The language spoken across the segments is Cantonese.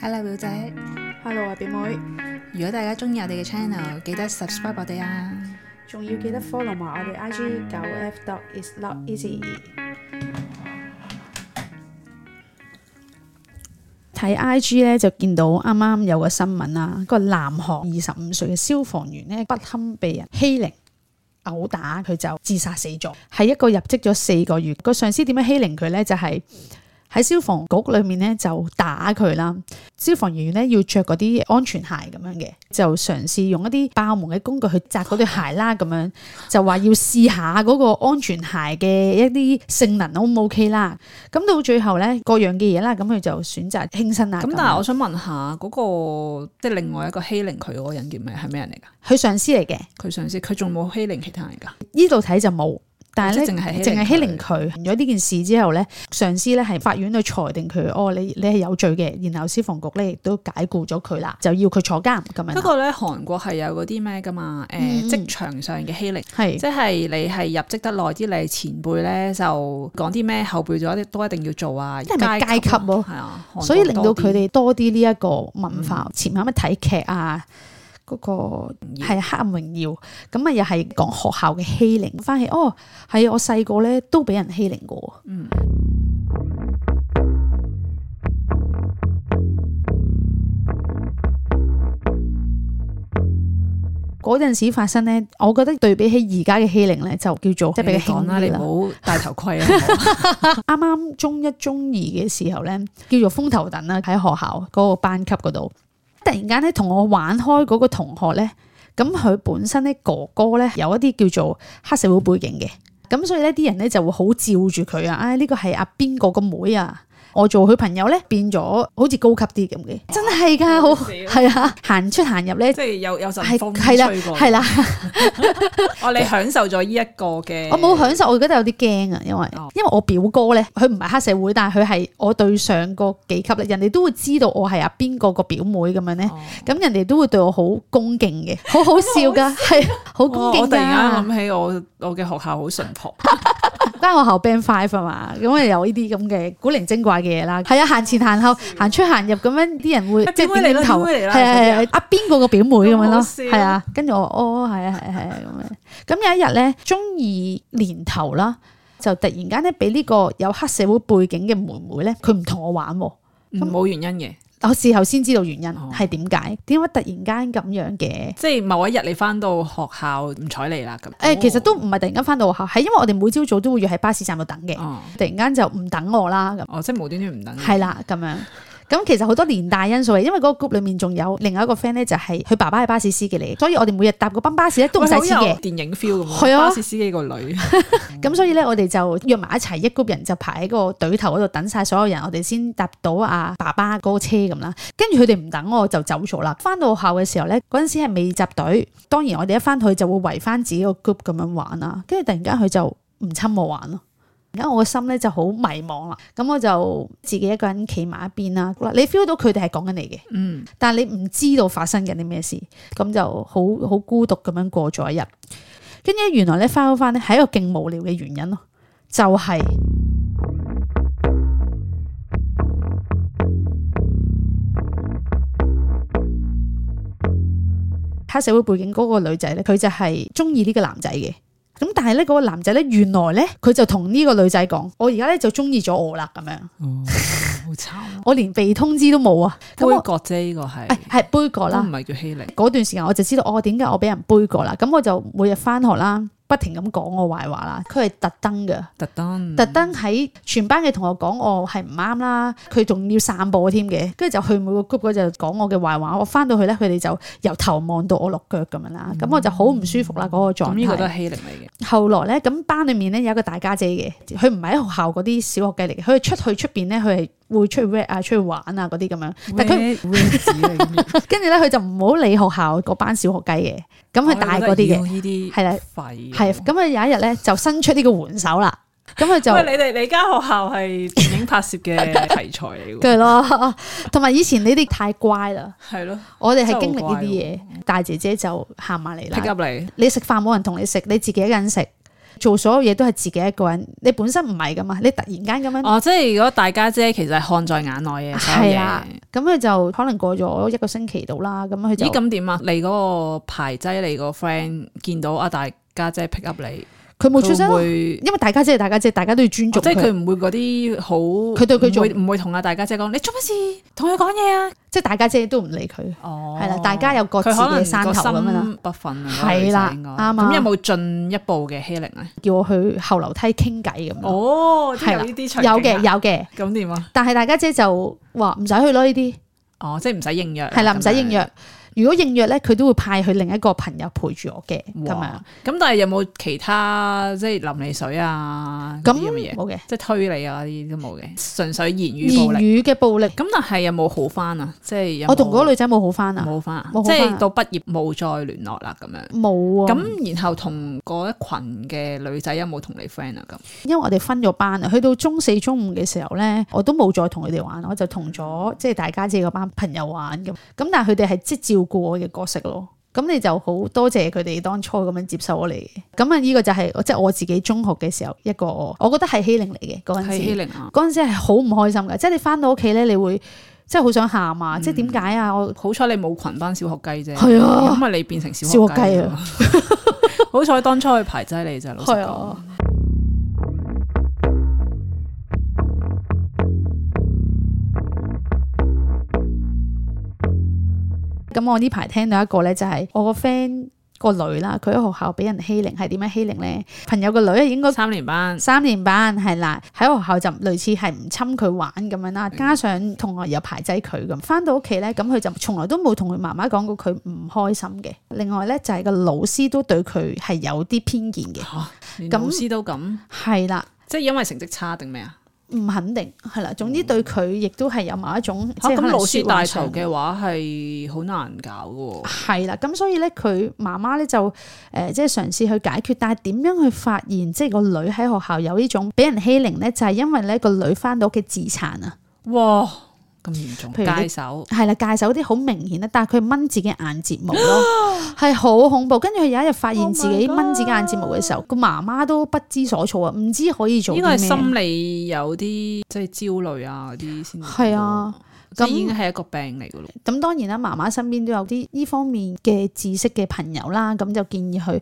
Hello 表姐， Hello 啊，表妹，如果大家中意我哋嘅 channel，記得 subscribe 我哋啊！仲要記得 follow 埋我哋 IG 九 F dot is not easy。睇 IG 咧就見到啱啱有個新聞啦，個南韓二十五歲嘅消防員咧不堪被人欺凌。毆打佢就自殺死咗，係一個入職咗四個月，個上司點樣欺凌佢呢？就係、喺消防局裏面呢，就打佢啦，消防員呢，要着嗰啲安全鞋咁樣嘅，就嘗試用一啲爆門嘅工具去砸嗰對鞋啦，咁樣就話要試下嗰個安全鞋嘅一啲性能 O 唔 OK 啦。咁到最後呢，各樣嘅嘢啦，咁佢就選擇輕生啦。咁但係我想問下嗰、個即係另外一個欺凌佢嗰個人叫咩？係咩人嚟佢上司嚟嘅，㗎？佢上司佢仲冇欺凌其他人㗎？呢度睇就冇，但係哦即呢。係淨係淨係欺凌佢。佢。完咗呢件事之後咧，上司咧係法院去裁定佢，哦，你你係有罪嘅，然後消防局咧亦都解僱咗佢啦，就要佢坐監咁樣不啦。過咧，韓國係有嗰啲咩㗎嘛？誒、嗯職場上嘅欺凌，係即係你係入職得耐啲，你係前輩咧就講啲咩後輩咗都一定要做啊，係咪階級咯係啊，韓國所以令到多啲嗯佢哋多啲呢一個文化。前晚咪睇劇啊，嗰、個唔要係《黑暗榮耀》，咁啊又係講學校嘅欺凌。翻起哦，係我細個咧都俾人欺凌過。嗯嗰陣時發生咧，我覺得對比起而家嘅欺凌咧，就叫做即係比你較講輕啦，你啲啦。唔好戴頭盔啊！ 啱啱中一中二嘅時候咧，叫做風頭等啦，喺學校嗰個班級嗰度，突然間咧同我玩開嗰個同學咧，咁佢本身咧哥哥咧有一啲叫做黑社會背景嘅，咁所以咧啲人咧就會好照住佢啊，唉、呢個係阿邊個個妹啊。我做佢朋友咧，變咗好似高級啲咁嘅，真係㗎，好係啊，行出行入咧，即係有有陣係風係啦吹過，係啦，哦，你享受咗呢一個嘅，我冇享受，我覺得有啲驚啊，因為哦因為我表哥咧，佢唔係黑社會，但係佢係我對上個幾級咧，人哋都會知道我係阿啊邊個個表妹咁樣咧，哦咁、人哋都會對我好恭敬嘅，好好笑噶，係好啊哇恭敬我突然噶，間諗起我我嘅學校好淳 朴，間學校 band five 啊嘛，咁啊有呢啲咁嘅古靈精怪嘅嘢啦，係啊，行前 行後，行出行入咁樣，啲人會啊即表妹係嚟點點啦頭，表妹係嚟啊啦係啊咁，阿邊個個表妹咁樣咁咯，好笑係啊，跟住我哦係啊係啊係啊咁樣，咁有一日咧，中二年頭啦。就突然間咧，俾呢個有黑社會背景嘅妹妹咧，佢唔同我玩喎。咁冇原因嘅，我事後先知道原因哦係點解，點解突然間咁樣嘅？即係某一日你翻到學校唔睬你啦咁。哦誒、其實都唔係突然間翻到學校，係因為我哋每朝早都會要喺巴士站度等嘅，哦，突然間就唔等我啦咁，哦，即係無端端唔等你。係啦咁樣。咁其實好多連帶因素嘅，因為嗰個 group 裡面仲有另外一個 friend 咧，就係佢爸爸係巴士司機嚟，所以我哋每日搭嗰班巴士咧都唔使喂，錢好有嘅。電影 feel 咁喎。係啊巴士司機個女， 咁所以咧，我哋就約埋一齊，一 group 人就排喺個隊頭嗰度等晒所有人，我哋先搭到阿爸爸嗰個車咁啦。跟住佢哋唔等我就走咗啦。翻到學校嘅時候咧，嗰陣時係未集隊，當然我哋一翻去就會圍翻自己個 group 咁樣玩啦。跟住突然間佢就唔侵我玩咯。而家我個心咧就好迷茫啦，咁我就自己一個人企埋一邊啦。嗱，你 feel 到佢哋係講緊你嘅，嗯，但係你唔知道發生緊啲咩事，咁就好好孤獨咁樣過咗一日。跟住原來咧翻翻咧係一個勁無聊嘅原因咯，就係、黑社會背景嗰個女仔咧，佢就係中意呢個男仔嘅。咁但係咧，嗰個男仔咧，原來咧，佢就同呢個女仔講：我而家咧就中意咗我啦，咁樣，哦，好慘。我連被通知都冇啊！咁杯我葛啫，呢個係誒係杯葛都啦唔，係叫欺凌。嗰段時間我就知道哦，點解我俾人杯葛啦？咁我就每日翻學啦，不停咁講我壞話啦。佢係特登嘅，特登，特登嗯喺全班嘅同學講我係唔啱啦。佢仲要散步添嘅，跟住就去每個 group 嗰就講我嘅壞話。我翻到去咧，佢哋就由頭望到我落腳咁樣啦。咁我就好唔舒服啦，嗰、個狀嗯咁呢個都態。係欺凌嚟嘅。後來咧，咁班裡面咧有一個大家姐嘅，佢唔係喺學校嗰啲小學雞嚟嘅，佢係出去出邊咧，佢係會出去 rap 啊、出去玩啊嗰啲咁樣。但佢佢跟住咧，佢就唔好理學校嗰班小學雞 嘅，咁哦佢大嗰啲嘅，呢啲係啦廢係咁佢有一日咧就伸出呢個援手啦，咁佢就 喂，你哋你間學校係電影拍攝嘅題材嚟嘅，佢咯， 同埋以前你哋太乖啦，係 咯我哋係經歷呢啲嘢，大姐姐就喊埋嚟，pick 啦， up 你。你食飯冇人同你食，你自己一個人食。做所有嘢都係自己一個人，你本身唔係噶嘛，你突然間咁樣，哦，即係如果大家姐其實係看在眼內嘅，所有係嘢啦。咁佢就可能過咗一個星期度啦，咁佢就咦，咁點啊？你嗰個排擠你個 friend 見到啊大家姐 pick up 你，佢冇出佢聲會唔咯，會因為大家姐係大家姐，大家都要尊哦重即係佢佢，唔會嗰啲好，佢佢對佢做唔會同啊大家姐講你做乜事，同佢講嘢啊。即係大家姐都唔理佢，哦，係啦，大家有各佢自可能嘅山頭咁樣個啦。心不忿啊，係嗰個女啦仔應該啱啊咁有冇進一步嘅欺凌咧？叫我去後樓梯傾偈咁樣。哦，即係係啦有呢啲有嘅有嘅，有咁點啊？但係大家姐就話唔使去咯呢啲，哦，即係唔使應約，係啦唔使應。約。如果應約咧，佢都會派去另一個朋友陪住我嘅咁樣哇。！咁但係有冇其他即係淋你水啊？嗰咁啲咁嘅嘢，冇嘅即係推你啊嗰啲都冇嘅，純粹言語暴言力。語嘅暴力，咁但係有冇好翻啊？即係有冇我同嗰個女仔冇好翻啊，冇翻啊，冇好即返啊係到畢業冇再聯絡啦咁樣。冇啊。咁咁然後同嗰一群嘅女仔有冇同你 friend 啊？咁因為我哋分咗班啊，去到中四中五嘅時候咧，我都冇再同佢哋玩，我就同咗即係大家姐嗰班朋友玩咁。咁但係佢哋係即係照顧我嘅角色咯。咁你就好多謝佢哋當初咁樣接受我嚟嘅。咁啊，呢個就係、即係我自己中學嘅時候一個，我覺得係欺凌嚟嘅嗰陣係時欺。凌啊！嗰陣時係好唔開心嘅，即係你翻到屋企咧，你會即係好想喊啊！即係點解啊？我好彩你冇群班小學雞啫，係啊因為你變成小小學雞啊！ 好彩當初佢排擠你咋，老實係講啊。，咁我呢排聽到一個咧，就係我個 friend 個女啦，佢喺學校俾人欺凌，係點樣欺凌咧？朋友個女啊應該三年班三年班係啦，喺學校就類似係唔侵佢玩咁樣啦，加上同學又排擠佢咁，翻到屋企咧，咁佢就從來都冇同佢媽媽講過佢唔開心嘅。另外咧就係個老師都對佢係有啲偏見嘅，嚇，連咁老師都咁，係啦。即係因為成績差定咩啊？唔肯定，係啦。總之對佢亦都係有某一種嗯嚇即係啊咁可能老師說話帶上頭嘅話係好難搞嘅喎。係啦。咁所以咧，佢媽媽咧就誒、呃即係嘗試去解決，但係點樣去發現即係個女喺學校有呢種俾人欺凌咧，就係、因為咧個女翻到屋企自殘啊，哇，咁嚴重，譬如你戒手係啦，戒手啲好明顯啦，啊但係佢掹自己眼睫毛咯， 係好恐怖。跟住佢有一日發現自己 Oh my God 掹自己眼睫毛嘅時候，個媽媽都不知所措啊，唔知可以做呢個係啲咩。啊心理有啲即係焦慮啊嗰啲先會係啊到，咁即係已經係一個病嚟嘅咯。咁當然啦，媽媽身邊都有啲呢方面嘅知識嘅朋友啦，咁就建議佢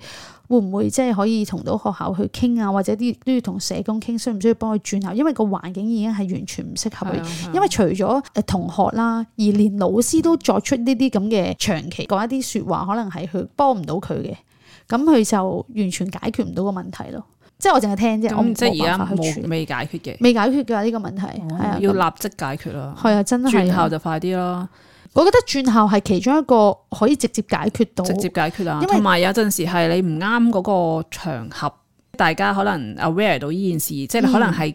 會唔會即係可以同到學校去傾啊，或者啲都要同社工傾，需唔需要幫佢轉校？因為個環境已經係完全唔適合係佢啊。係啊因為除咗誒同學啦，而連老師都作出呢啲咁嘅長期講一啲説話，可能係佢幫唔到佢嘅，咁佢就完全解決唔到個問題咯。即係我淨係聽啫，我咁即係冇而家辦法去處冇理，未解決嘅，未解決㗎呢個問題，係啊，要咁立即解決啦。係啊，真係轉啊校就快啲啦，我覺得轉校係其中一個可以直接解決到，直接解決啦。因為同埋有陣時係你唔啱嗰個場合，大家可能 aware 到呢件事，即係你可能嗯係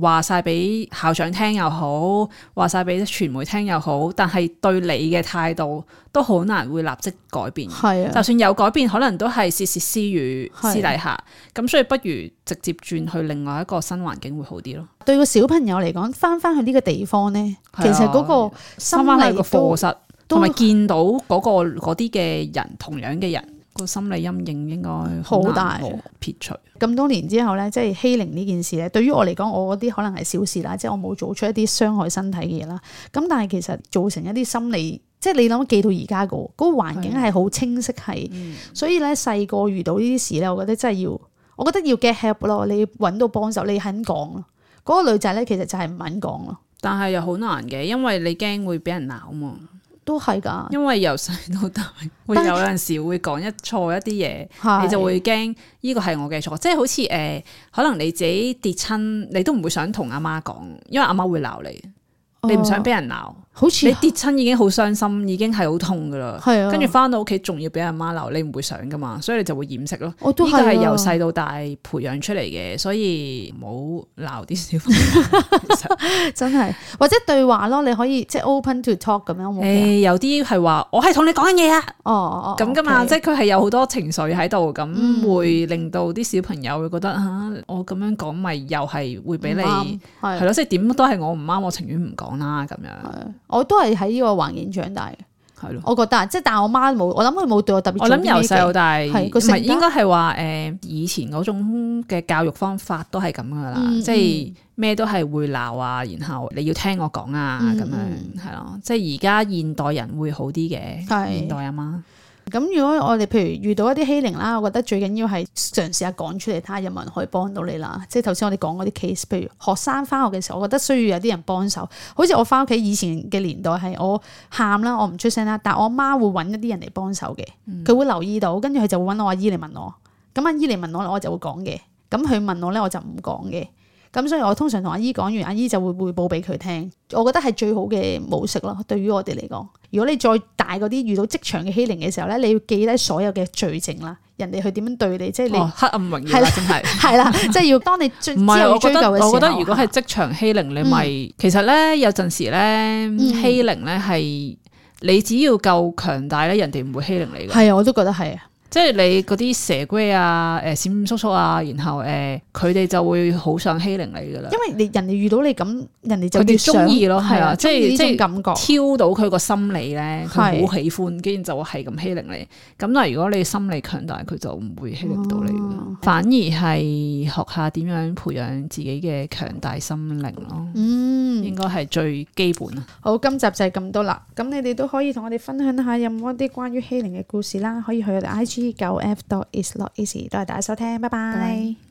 話晒俾校長聽又好，話晒俾傳媒聽又好，但係對你嘅態度都好難會立即改變。係啊就，算有改變，可能都係竊竊私語係私底下，咁所以不如直接轉去另外一個新環境會好啲咯。對個小朋友嚟講，翻翻去呢個地方咧，係啊其實嗰個心翻翻去理個課室，都同埋見到嗰、個嗰啲嘅人，同樣嘅人，個心理陰影應該好好難大撇除。咁多年之後咧，即係欺凌呢件事咧，對於我嚟講，我嗰啲可能係小事啦，即係我冇做出一啲傷害身體嘅嘢啦。咁但係其實造成一啲心理，即係你諗記到而家個嗰個環境係好清晰係，嗯所以咧細個遇到呢啲事咧，我覺得真係要，我覺得要 get help 咯，你要揾到幫手，你肯講咯。嗰、個女仔咧，其實就係唔肯講咯，但係又好難嘅，因為你驚會俾人鬧嘛。都係㗎，因為由細到大，會有啊但係陣時會講一錯一啲嘢，係你就會驚呢個係我嘅錯。即係好似誒、呃可能你自己跌親，你都唔會想同阿媽講，因為阿媽會鬧你，你唔想俾人 鬧。哦好似你跌親已經好傷心，已經係好痛噶啦。係啊，跟住翻到屋企仲要俾阿媽鬧，你唔會想噶嘛，所以你就會掩飾咯。我都呢個係係啊由細到大培養出嚟嘅，所以唔好鬧啲小朋友。真係或者對話咯，你可以即係 open to talk 咁樣有冇嘅。誒，有啲係話我係同你講緊嘢啊，哦哦，咁噶嘛，即係係佢係有好多情緒喺度，咁會令到啲小朋友會覺得吓，我咁樣講咪又係會俾你係係咯，即係點都係我唔啱，我情願唔講啦咁樣。我都係喺呢個環境長大嘅，係咯。我覺得即係但係我媽冇，我諗佢冇對我特別做我啲諗咩嘅。由細到大，唔係個性格係應該係話誒以前嗰種嘅教育方法都係咁噶啦，嗯即係咩都係會鬧啊，然後你要聽我講啊嗯咁樣係咯，即係而家現代人會好啲嘅，係現代阿媽咁如果我哋譬如遇到一啲欺凌啦，我覺得最緊要係嘗試下講出嚟，睇下有冇人可以幫到你啦。即係頭先我哋講嗰啲 case，譬如學生翻學嘅時候，我覺得需要有啲人幫手。好似我翻屋企以前嘅年代係我喊啦，我唔出聲啦，但我媽會揾一啲人嚟幫手嘅，嗯佢、會留意到，跟住佢就會揾我阿姨嚟問我。咁阿姨嚟問我，我就會講嘅。咁佢問我咧，我就唔講嘅。咁所以我通常同阿姨講完，阿姨就會匯報俾佢聽。我覺得係最好嘅模式咯，對於我哋嚟講。如果你再大嗰啲遇到職場嘅欺凌嘅時候咧，你要記低所有嘅罪證啦，人哋去點樣對你，即係哦你黑暗榮耀係啦啦真 係。係啦，即係要當你追唔之係，後我追覺究得嘅時候，嗯我覺得如果係職場欺凌，你咪、其實咧有陣時咧欺凌咧係你只要夠強大咧，人哋唔會欺凌你嘅。係啊，我都覺得係啊，即係你嗰啲蛇龜啊、誒閃閃縮縮啊，然後誒佢哋就會好想欺凌你噶啦，因為你人哋遇到你咁，人哋就佢哋越想鍾意咯係啊即係鍾意呢即係種感覺，挑到佢個心理咧，佢係好喜歡，跟住就係咁欺凌你。咁但係如果你心理強大，佢就唔會欺凌到你㗎反而係學下點樣培養自己嘅強大心靈咯。嗯。應該係最基本啊。好，今集就係咁多啦。咁你哋都可以同我哋分享下有冇一啲關於欺凌嘅故事啦，可以去我哋 I G 九 F dot is not easy。多謝大家收聽，拜拜拜拜。